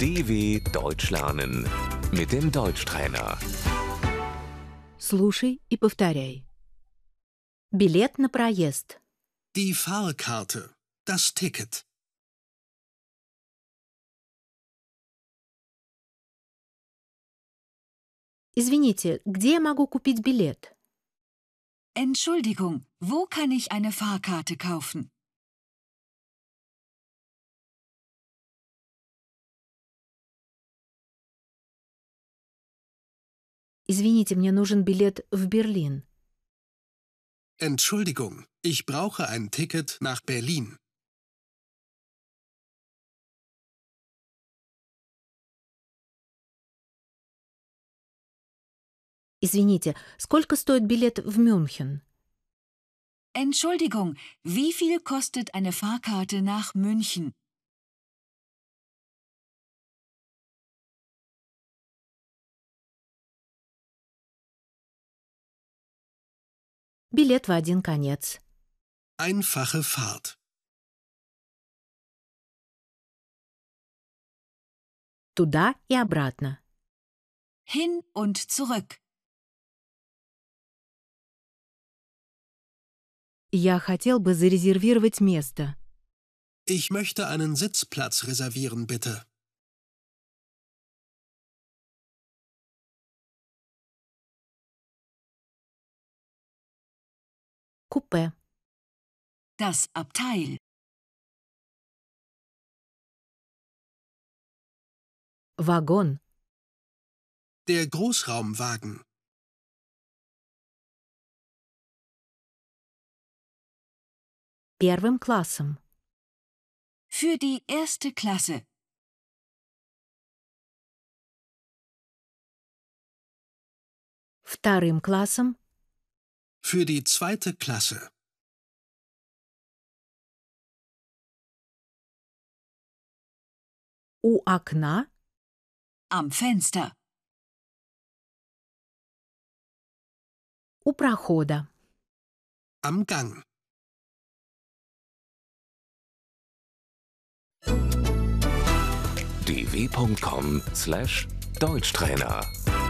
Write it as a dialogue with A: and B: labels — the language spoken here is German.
A: DW Deutsch lernen mit dem Deutschtrainer.
B: Слушай и повторяй. Билет на проезд.
C: Die Fahrkarte. Das Ticket.
B: Извините, где я могу купить билет?
D: Entschuldigung, wo kann ich eine Fahrkarte kaufen?
B: Извините, мне нужен билет в Берлин.
C: Entschuldigung, ich brauche ein Ticket nach Berlin.
B: Извините, сколько стоит билет в Мюнхен?
D: Entschuldigung, wie viel kostet eine Fahrkarte nach München?
B: Билет в один конец.
C: Einfache Fahrt.
B: Туда и обратно.
D: Hin und zurück.
B: Я хотел бы зарезервировать место.
C: Ich möchte einen Sitzplatz reservieren, bitte.
B: Купе.
D: Das Abteil.
B: Вагон.
C: Der Großraumwagen.
B: Первым классом.
D: Für die erste Klasse.
B: Вторым классом.
C: Für die zweite Klasse.
B: У окна.
D: Am Fenster.
B: У прохода.
C: Am Gang.
A: dw.com/deutschtrainer